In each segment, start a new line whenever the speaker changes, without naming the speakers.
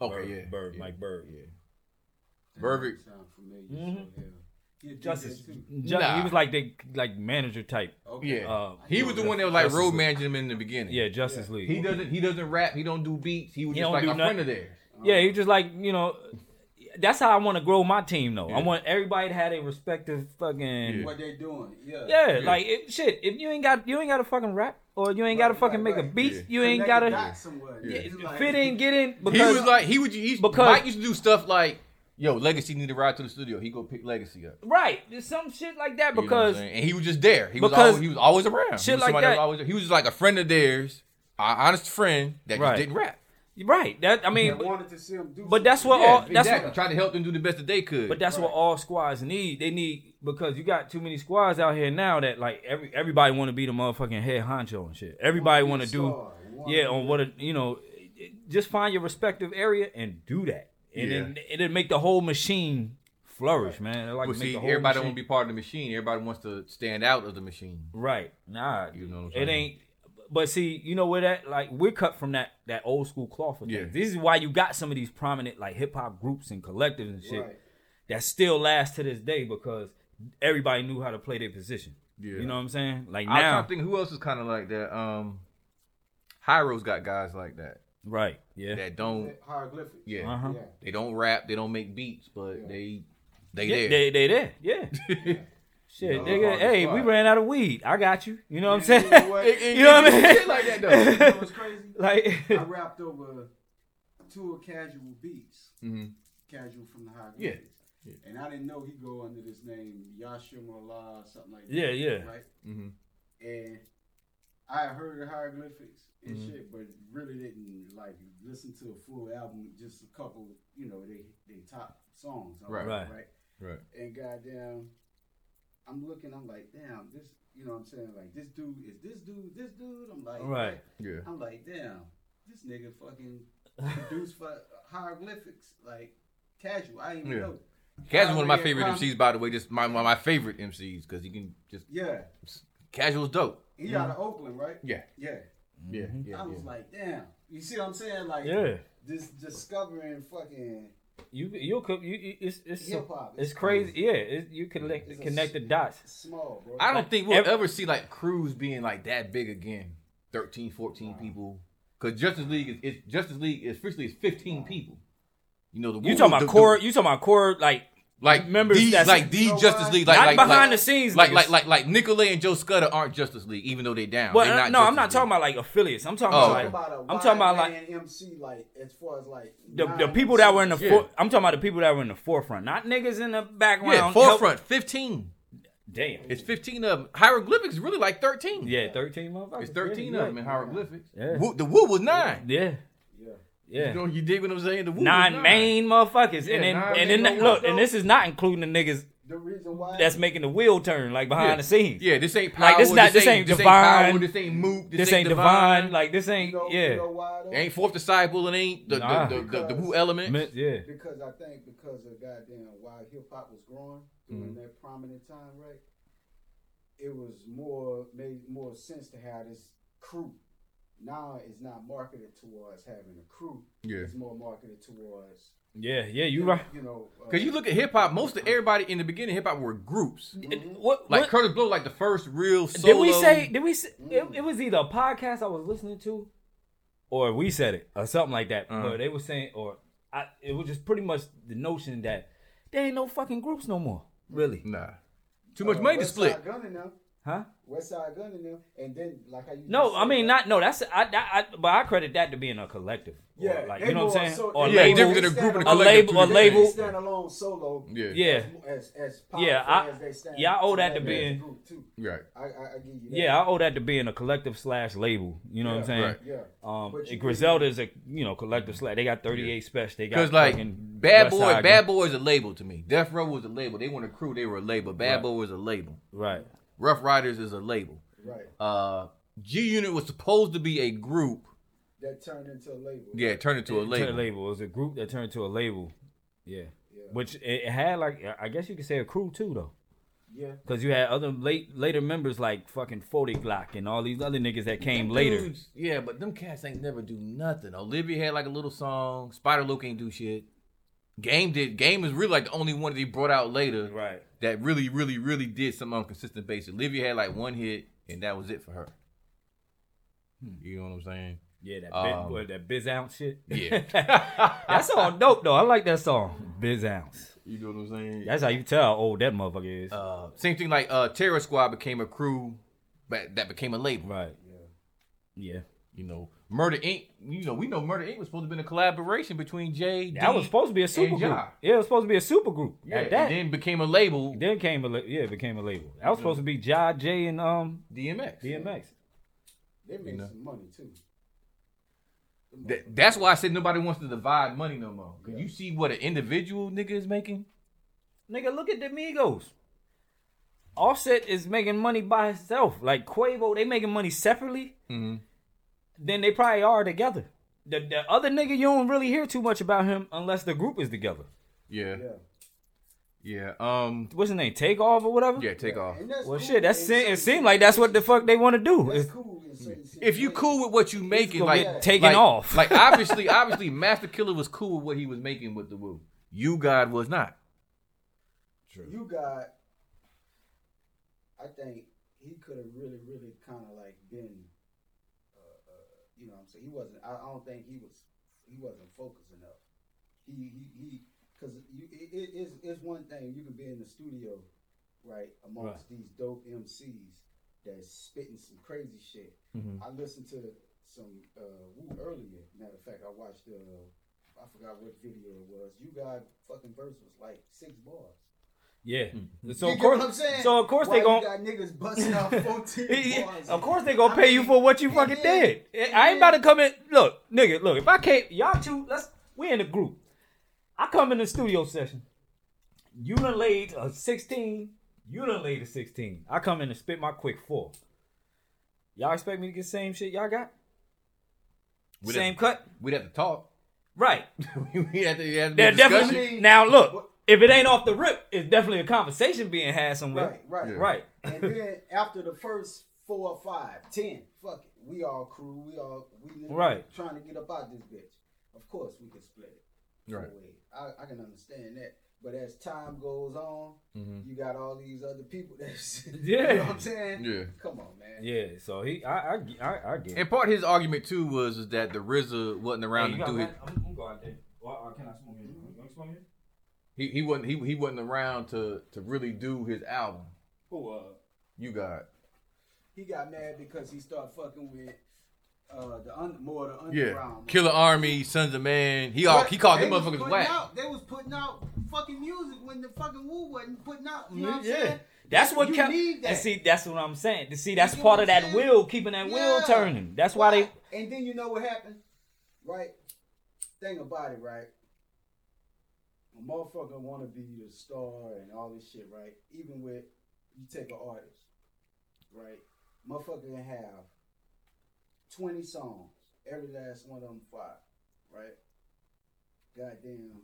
Okay,
Bird,
yeah,
Bird,
yeah,
Mike Bird.
Yeah.
Burbick.
Sound familiar?
Mhm.
So, yeah. Yeah,
Justice,
do that, too.
Ju- he
Nah.
was like they like manager type.
Okay.
Yeah.
Uh,
He was the one that was like
Justice
road
League.
managing him in the beginning.
Yeah, Justice League.
He doesn't. He doesn't rap. He don't do beats. He was
He
just
don't
like
do
a friend of
nothing.
theirs.
Yeah, he just like you know. That's how I want to grow my team though. I
Yeah.
want everybody to have their respective fucking.
What they doing? Yeah.
Yeah,
Yeah.
like it, shit. If you ain't got you ain't got to fucking rap or you ain't got to
Right,
fucking
right,
make a
right.
beat,
Yeah.
you ain't got
Connect the
to
dots somewhere.
Yeah.
It's like-
fit in, get in. Because
he was like he would. He,
because-
Mike used to do stuff like, "Yo, Legacy need to ride to the studio." He go pick Legacy up.
right, there's some shit like that
You know what I'm
because
saying? and he was just there. He was
because-
always, he was always around.
Shit
he was
like
somebody
that.
was always- he was just like a friend of theirs, an honest friend that
Right.
just didn't rap.
right. That I
I
mean, but,
wanted to see him do.
but that's
Yeah,
what all that's
exactly.
what,
Tried to help them do the best that they could.
but that's what all squads need. They need because you got too many squads out here now that like every everybody want to be the motherfucking head honcho and shit. Everybody want to do. yeah, on what it, you know, it- it- just find your respective area and do that, and then it'll make the whole machine flourish, man. It'll, like
But
make
see,
the whole
everybody
machine-
want to be part of the machine. Everybody wants to stand out of the machine.
right. Nah,
You know what I'm
it
saying?
ain't. But see, you know where that like we're cut from that that old school cloth. Of
Yeah.
yeah. This is why you got some of these prominent like hip hop groups and collectives and shit
Right.
that still last to this day because everybody knew how to play their position.
Yeah.
You know what I'm saying? Like
I was trying
now,
to think who else is kind of like that. Um, Hyro's got guys like that
right? Yeah.
that don't.
Hieroglyphic.
Yeah,
uh-huh.
Yeah.
they don't rap. They don't make beats, but
Yeah.
they they
Yeah,
there.
They, they there. Yeah. Shit,
Yeah.
nigga. Hey, we ran out of weed. I got you. You know what I'm
Yeah,
saying?
you know what? It-
You know what I mean?
Shit like that though.
You know what's crazy?
like,
I rapped over two casual beats.
Mhm.
Casual from the hieroglyphics.
Yeah.
And I didn't know he go under this name Yashim or La, something like that.
Yeah, yeah.
Right.
Mm-hmm.
Mhm.
And I had heard the hieroglyphics and
Mm-hmm.
shit, but really didn't like listen to a full album. Just a couple, you know, they they top songs. I
Right.
remember,
Right.
Right.
Right.
And goddamn, I'm looking. I'm like, damn, this. You know what I'm saying? Like this dude is this dude. This dude. I'm like,
Right.
Yeah.
I'm like, damn, this nigga fucking produced for hieroglyphics, like casual. I didn't even
Yeah.
know.
Casual's one of my
Yeah,
favorite
um,
MCs, by the way. Just my my, my favorite MCs because you can just
Yeah,
casual's dope.
he out of Oakland, right?
Yeah.
Yeah.
Yeah.
I was like, damn. You see what I'm saying? Like,
yeah.
this discovering fucking
You you could you, you it's it's
hip hop.
it's crazy. Yeah, it, you connect
It's a
connect the
s-
dots.
small, bro.
I don't think we'll
every-
ever see like Cruz being like that big again. 13, 14 people. Because Justice League is it's, Justice League is officially is fifteen people. You know the
You talking
the-
about
the-
core? You talking about core? Like
like
members
these
that's-
like these
know
Justice
why?
League like
Not
like,
behind the
like-
scenes
like
niggas.
like like like Nicolay and Joe Scudder aren't Justice League even though they down.
well,
They
uh, no,
not
I'm
Justice
not talking
League.
about like affiliates. I'm talking
Oh,
about like
okay.
I'm talking about, a
I'm talking about like
wide-man MC, like as far as like
the, the
nine
people that were in the
MCs.
for, I'm talking about the people that were in the forefront, not niggas in the background.
yeah
help-
forefront fifteen.
Damn.
It's fifteen of them. hieroglyphics. Is really like thirteen.
yeah, thirteen motherfuckers.
it's thirteen
yeah,
of them in hieroglyphics.
Yeah.
Wu- the Wu was nine.
Yeah,
Yeah.
yeah.
You know, you dig what I'm saying? The Wu was
nine,
nine
main motherfuckers,
Yeah,
and then
nine
and then
main
look,
motherfuckers.
and this is not including the niggas
The reason why
that's making the wheel turn like behind
Yeah.
the scenes.
Yeah, this ain't power.
Like, this not- this ain't
Power,
divine.
this ain't moot. This,
this, ain't divine. Like this
you
ain't
know,
yeah.
you know why though?
It ain't fourth disciple. It ain't the
Nah.
the, the, the, the woo element.
Men- yeah.
Because I think because of goddamn why hip hop was growing during
Mm-hmm.
that prominent time, right? It was more made more sense to have this crew. Now it's not marketed towards having a crew.
Yeah.
It's more marketed towards
Yeah, yeah, you right.
you know. uh,
Because you look at hip hop, most of everybody in the beginning of hip hop were groups.
What,
Like
what-
Curtis Blow, like the first real solo.
did we say did we say, it, it was either a podcast I was listening to or we said it or something like that.
Uh-huh.
But they were saying or I it was just pretty much the notion that there ain't no fucking groups no more. Really.
Nah, too much
uh,
money to
West
split.
Side Gun and them,
Huh?
West Side Gun and them, and then like I used
No, I mean not no, that's I, I, I but I credit that to being a collective. Or,
Yeah,
like
they
you know what I'm
more
saying?
so-
or
Yeah,
label.
different than a group and
A
a,
label-
collective, two
a
different
label-
things.
standalone solo.
Yeah.
Yeah.
As as
Yeah,
powerful
I-
as they stand
yeah, I owe that to
together
being-
as a group too.
Right.
I, I, I give you that.
Yeah, I owe that to being a collective slash label. You know what I'm saying?
right.
yeah.
Um,
But you-
Griselda is a you know collective slash. They got 38 special. They got
Because like
fucking
Bad
West
Boy,
Side Gun-
Bad Boy is a label to me. Death Row was a label. They weren't a crew. They were a label. Bad
Right.
Boy was a label.
Right.
Rough Riders is a label.
Right.
Uh, G Unit was supposed to be a group.
That turned into a label.
Yeah, it turned into
It
a
turned
label.
label. It was a group that turned to a label. Yeah.
Yeah.
Which it it had like I guess you could say a crew too though.
Yeah.
Cause you had other late later members like fucking Forty Glock and all these other niggas that came later.
Dudes, yeah, but them cats ain't never do nothing. Olivia had like a little song. Spider Luke ain't do shit. Game did. Game is really like the only one that he brought out later
Right.
that really, really, really did something on a consistent basis. Olivia had like one hit, and that was it for her. You know what I'm saying?
Yeah, that
Um,
biz, what, that biz ounce shit.
Yeah.
that song dope though. I like that song. Biz ounce.
You know what I'm saying?
That's how you tell how old that motherfucker is.
Uh, same thing like uh, Terror Squad became a crew, but that became a label.
right.
Yeah.
Yeah.
You know, Murder Inc. You know, we know Murder Inc. was supposed to be a collaboration between Jay.
That was supposed to be a super group.
Ja.
Yeah, it was supposed to be a super group.
Yeah,
At that.
and then became a label.
Then came a la- yeah, it became a label. That was supposed to be Ja J and um
DMX.
DMX.
They made
You know.
some money too. Them
Th- that's why I said nobody wants to divide money no more. Cause you see what an individual nigga is making.
Nigga, look at the Migos. Offset is making money by himself. Like Quavo, they making money separately.
Mm-hmm.
Then they probably are together. The, the other nigga, you don't really hear too much about him unless the group is together.
Yeah,
motherfuckers.
yeah. Um,
What's his name? Takeoff or whatever.
yeah. Take off.
Yeah. And that's
Well,
cool
shit, that
in
se-
certain
it seemed like that's what the fuck they want to do.
That's
It's-
cool in certain
If you
situations.
cool with what you making,
gonna
like
get taken
like-
off.
like obviously, obviously, Master Killer was cool with what he was making with the Woo. You God was not.
you got, I think he could have really, really kind of like been, uh, uh, you know, what I'm saying he wasn't. I, I don't think he was. He wasn't focused enough. He he he, because you it, it, it's it's one thing you can be in the studio, right, amongst these dope MCs that's spitting some crazy shit.
Mhm.
I listened to some uh, Woo earlier. Matter of fact, I watched the. I forgot what video it was. You got fucking verse was like six bars.
Yeah.
Mm-hmm.
So
You
of
get what
course,
I'm saying?
so of course
Why
they gon'
you got niggas busting out 14 bars.
of course they gonna
I
pay you
mean,
for what you
and
fucking
then-
did. I ain't about to come in. Look, nigga, look. If I can't, y'all two, let's. We in a group. I come in the studio session. You done laid a sixteen. You done laid a sixteen. I come in and spit my quick four. Y'all expect me to get same shit y'all got?
We'd
same
have,
cut,
We'd have to talk.
right?
we had to, we had to be
They're
a discussion.
definitely
discussion.
now.
What-
Look, if it ain't off the rip, it's definitely a conversation being had somewhere.
Right, right,
Yeah.
Right.
And then after the first four or five, ten, fuck it. We all crew. We all we niggas
Right.
trying to get up out this bitch. Of course we can split it.
Right.
Away. I, I can understand that. But as time goes on,
Mm-hmm.
you got all these other people that's
Yeah.
you know what I'm saying?
Yeah.
Come on, man.
Yeah. So he, I, I, I, I get. it.
And part of his argument too was is that the RZA wasn't around
Hey,
to
you
do
got
his,
one? I'm, I'm going there. Well, uh, can I smoke here? You wanna smoke here?
he he wasn't he, he wasn't around to to really do his album.
Who? Uh,
You God.
He got mad because he started fucking with uh, the un- more the
Yeah.
underground.
Killer Army, Sons of Man. He all he called
They
them
was
motherfuckers
putting
whack.
Out, they was putting out fucking music when the fucking Wu wasn't putting out. You know what I'm
yeah.
saying?
That's what
you
kept.
need that.
And see, that's what I'm saying. To see, that's
get
part of
what I'm
that
saying?
wheel, keeping that wheel
Yeah.
turning. That's why they.
And then you know what happened, right? Thing about it, right? A motherfucker want to be the star and all this shit, right? Even with you take an artist, right? Motherfucker can have twenty songs, every last one of them fire, right? Goddamn.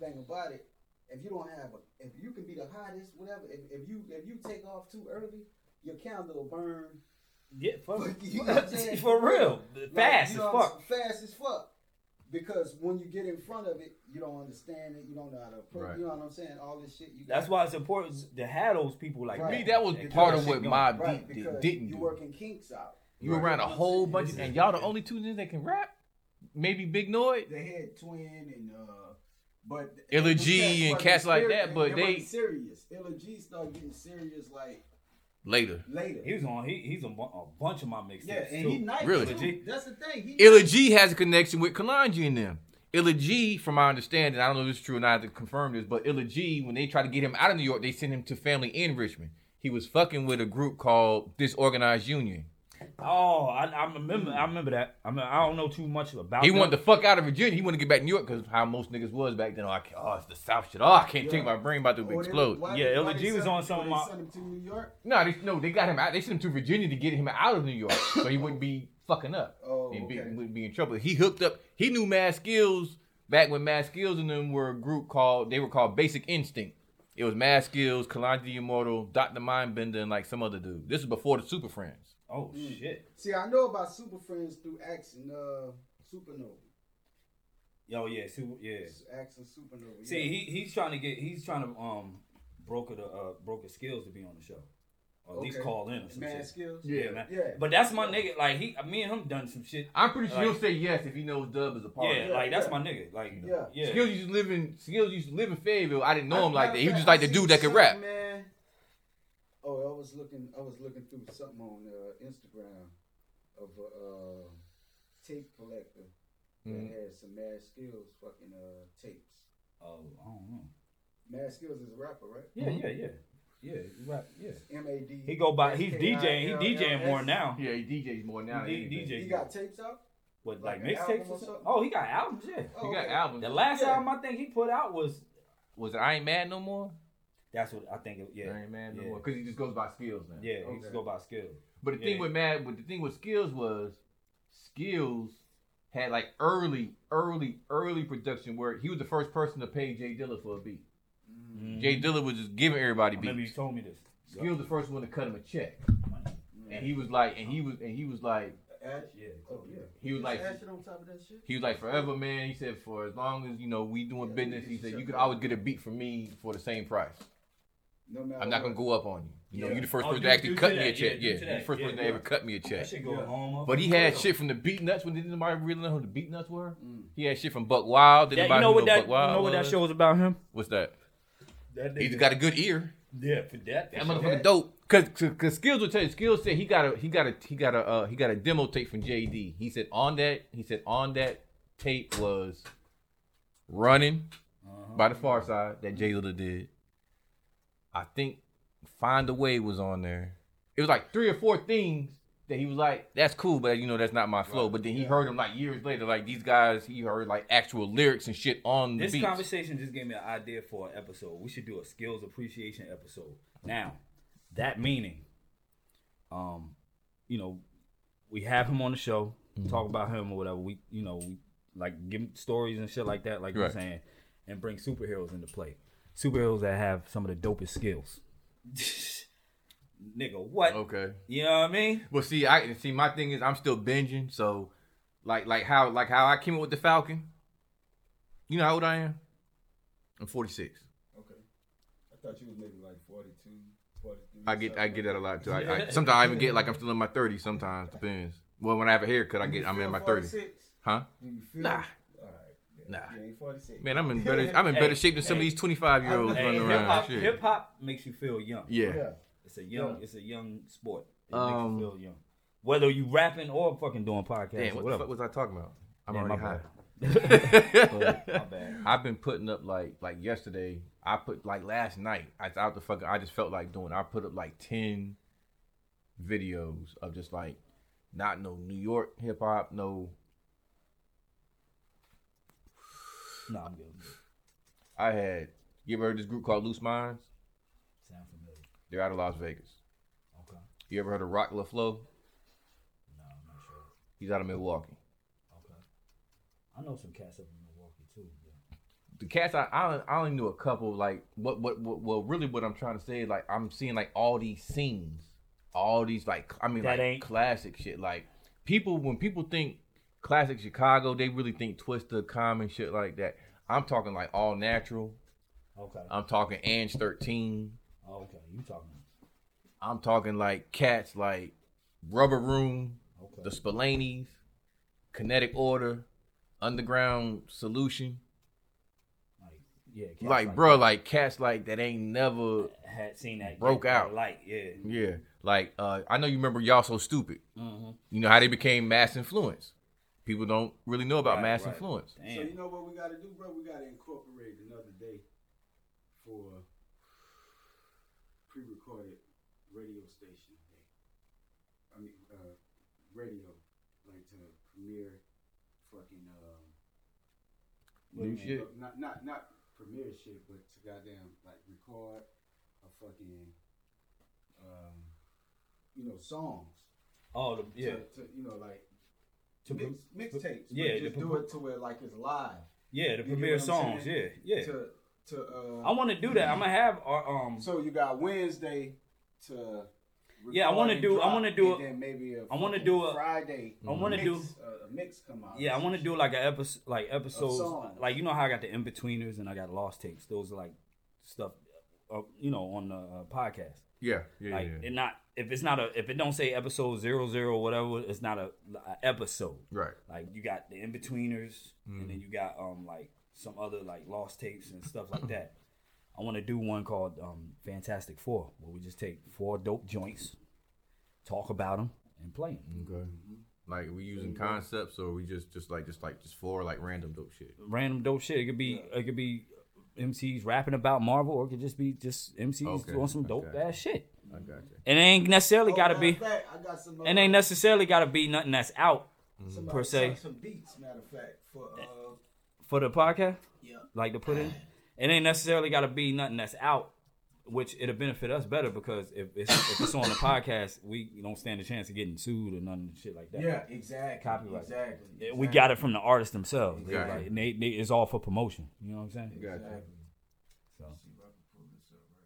Thing about it, if you don't have a, if you can be the hottest, whatever. If, if you if you take off too early, your candle will burn
Yeah, fuck.
Fuck you, you know what I'm saying?
for real,
Like,
fast as
you know what I'm
fuck.
saying? Fast as fuck. Because when you get in front of it, you don't understand it. You don't know how to approach.
Right.
You know what I'm saying? All this shit. You
That's
got,
why it's important to have those people like
Right.
Me, that was
And keep
part
that
of
shit
what
going.
Mob
right
did-
because
didn't
you
do.
working kinks out.
You around a
Right.
whole bunch of, and y'all the only two niggas that can rap. Maybe Big Noid.
They had twin and uh, but
Illa G
them
and
wasn't
cats like
serious-
that, but
wasn't
they-
serious. Illa G started getting serious like
Later,
later.
He was on. He, he's on bu- a bunch of my mixtapes.
yeah, and
too.
he nice.
Really?
too.
Illa G.
That's the thing. He
Illa
nice.
G has a connection with Kalonji and them. Illa G, from my understanding, I don't know if it's true or not to confirm this, but Illa G, when they tried to get him out of New York, they sent him to family in Richmond. He was fucking with a group called Disorganized Union.
Oh, I, I remember. I remember that. I mean, I don't know too much about.
He
them.
wanted the fuck out of Virginia. He wanted to get back to New York because how most niggas was back then. Oh, I can't, oh it's the South shit. Oh, I can't take my brain about to
Or Oh, they-
explode.
why-
Yeah,
why
Illa
they
G was
sent-
on some
why they
of my-
sent him to New York.
No, they, no, they got him out. They sent him to Virginia to get him out of New York, so he wouldn't be fucking up
Oh,
and be,
okay.
wouldn't be in trouble. He hooked up. He knew Mad Skills back when Mad Skills and them were a group called. They were called Basic Instinct. It was Mad Skills, Kalani the Immortal, Dr. Mindbender, and like some other dude. This is before the Super Friends.
Oh
Mm.
shit.
See, I know about Super Friends through Axe and uh, Supernova.
Yo, yeah, super, yeah.
Axe and Supernova.
See,
yeah.
he he's trying to get he's trying to um broker the uh broker skills to be on the show. Or at least
Okay.
call in or some
Mad
shit.
Skills.
Yeah, man.
Yeah.
But that's my nigga. Like he, me and him done some shit.
I'm pretty sure
Like-
he'll say yes if he knows Dub is a part
yeah,
of it.
Oh, yeah,
like that's
yeah.
my nigga. Like yeah,
Yeah.
yeah.
Skills used to live in Skills used to live in Fayetteville. I didn't know
I-
him like that. He was just
matter of
like the
fact, I
dude that
seen
could rap.
something, Man. Oh, I was looking. I was looking through something on uh, Instagram of a uh, tape collector
Mhm.
that had some Mad Skills fucking uh, tapes.
Oh, I don't know.
Mad Skills is a rapper, right?
Yeah, yeah, yeah, yeah. you Right, yeah.
M A D.
He go by. He's DJing. He DJing more now.
Yeah, he DJs more now.
He
than anything.
DJ.
He got tapes out.
What
Like
like,
an
mixtapes?
album or
or something?
something?
Oh, he got albums. Yeah.
He
Oh,
got
okay.
albums.
The last
Yeah.
album I think he put out was
was it I Ain't Mad No More?
that's what I think. It, yeah,
I Ain't Mad No
Yeah.
More because he just goes by Skills now.
yeah. He
Okay.
just go by skill.
But the
Yeah.
thing with Mad, but the thing with Skills was Skills had like early, early, early production where he was the first person to pay Jay Dilla for a beat.
Mm, Mm-hmm.
Mm-hmm.
Jay Dilla was just giving everybody
I remember you
beats.
told me this.
Skills the first one to cut him a check,
Mm.
Mm-hmm. and he was like, and he was, and he was like,
Ash.
Yeah.
Oh yeah.
he was
Just
like,
Ash it on top of that shit.
he was like forever, man. He said for as long as you know we doing
Yeah,
business,
you
he
can
said
shut
you could
down.
always get a beat from me for the same price.
No matter.
I'm not gonna
what.
go up on you. You know,
Yeah.
you the first
Oh,
person
due-
to actually
due to
cut me
that.
a check.
Yeah,
Yeah,
due to
you the
that.
first
Yeah,
person to
yeah.
ever cut me a
That
check.
shit go
Yeah.
home up.
But he had shit from the Beat Nuts when didn't nobody really know who the Beat Nuts were.
Mm.
He had shit from Buck Wild. Didn't
That, you
nobody
know
who
what that?
Buck
You
Wild
know what that
was.
show was about him?
What's that?
That
He's
nigga-
got a good ear.
Yeah, for that.
That
show.
motherfucker dope. Cause, cause, cause Skills will tell you. Skills said he got a he got a he got a uh, he got a demo tape from JD. He said on that he said on that tape was running
Uh-huh.
by the Far Side that Jay Little did. I think Find a Way was on there. It was like three or four things that he was like, "That's cool, but you know that's not my flow." But then he heard them like years later, like these guys. He heard like actual lyrics and shit on the
This
beats.
conversation just gave me an idea for an episode. We should do a skills appreciation episode. Now, that meaning, um, you know, we have him on the show,
Mm-hmm.
talk about him or whatever. We, you know, we like give him stories and shit like that, like you're
Right.
saying, and bring superheroes into play. Superheroes that have some of the dopest skills. Nigga, what?
okay.
You know what I mean?
Well, see, I see. My thing is, I'm still binging. So, like, like how, like how I came up with the Falcon. You know how old I am? I'm 46.
Okay. I thought you was maybe like 42, 43.
I get, I get that a lot too. I, I, sometimes I even get like I'm still in my 30s. Sometimes depends. Well, when I have a haircut, I get I'm in my 30s. Huh?
Do you feel?
Nah. Ah.
All right. Yeah.
Nah.
You ain't 46.
Man, I'm in better, I'm in better
Hey,
shape than some of
hey.
these 25 year olds
Hey,
running
hip
around.
hop,
Shit.
hip hop makes you feel young.
Yeah.
It's a young.
Yeah.
It's a young sport. It
Um,
makes you feel young. Whether you rapping or fucking doing podcasts
Damn,
or
what the
whatever.
fuck was I talking about? I'm
Damn,
already
my
high.
bad.
But
My bad.
I've been putting up like like yesterday. I put like last night. I out the fucking. I just felt like doing. I put up like ten videos of just like not no New York hip hop, no
No, I'm good.
I had you ever heard this group called Loose Minds?
Sound familiar?
They're out of Las Vegas.
Okay.
You ever heard of Rock LaFlow?
No, I'm not sure.
He's out of Milwaukee.
Okay. I know some cats up in Milwaukee too. Yeah.
The cats I I, I only knew a couple. Like what, what what well really what I'm trying to say is like I'm seeing like all these scenes, all these like I mean
That
like
ain't-
classic shit. Like people when people think classic Chicago, they really think Twista, Common shit like that. I'm talking like all natural.
Okay.
I'm talking Ange 13.
okay. You talking?
I'm talking like cats like Rubber Room,
Okay.
the Spillanes, Kinetic Order, Underground Solution.
Like yeah. Cats
Like, bro, like cats like that ain't never
had seen that
broke out.
Like yeah.
yeah. Like uh, I know you remember y'all so stupid.
Mm-hmm.
You know how they became mass influence. People don't really know about
Right,
mass
right.
influence.
Damn.
So you know what we gotta do, bro? We gotta incorporate another day for pre-recorded radio station. day. I mean, uh, radio, like to premiere fucking um,
New
you mean,
shit.
uh, Not not not premiere shit, but to goddamn like record a fucking um, you know songs.
Oh the, yeah.
To, to, you know like
To
mix,
pro-
mixtapes. but
yeah, to
Just
pro-
do it to where like it's live.
Yeah. The
You get
premiere
what I'm
songs. Yeah.
saying?
Yeah.
to to. Uh,
I want to do that. I'm gonna have uh, um.
so you got Wednesday to.
Yeah, I
record
wanna
and
do- I
drop,
wanna do
and
a-
Then maybe a
I wanna
fucking
do a-
Friday.
I wanna
mix,
do-
uh, a mix come out.
Yeah, I want to do like an episode, like
song.
episodes, like you know how I got the in betweeners and I got lost tapes. Those are like stuff, uh, you know, on the uh, podcast.
Yeah, yeah,
Like
yeah.
it not if it's not a if it don't say episode zero zero whatever, it's not a, a episode.
Right.
Like you got the in betweeners, and then you got um like some other like lost tapes and stuff like that. I want to do one called um Fantastic Four, where we just take four dope joints, talk about them, and play them.
Okay.
Mm-hmm.
Like we using concepts or we just just like just like just for like random dope shit.
random dope shit. It could be it could be MCs rapping about Marvel, or it could just be just MCs
Okay,
doing some dope
okay.
ass shit.
I got you.
And it ain't necessarily
Oh,
gotta
matter
be.
of Fact, I got some. Uh,
It ain't necessarily gotta be nothing that's out
somebody
per se.
sent Some beats, matter of fact, for uh,
for the podcast.
yeah.
Like to put in. It ain't necessarily gotta be nothing that's out, which it'll benefit us better because if it's, if it's on the podcast, we don't stand a chance of getting sued or none of the shit like that.
Yeah, exactly.
Copyright.
Exactly.
Yeah, We got it from the artists themselves. They
Exactly.
like- and they- they- it's all for promotion. You know what I'm saying?
Got you.
So.
Exactly.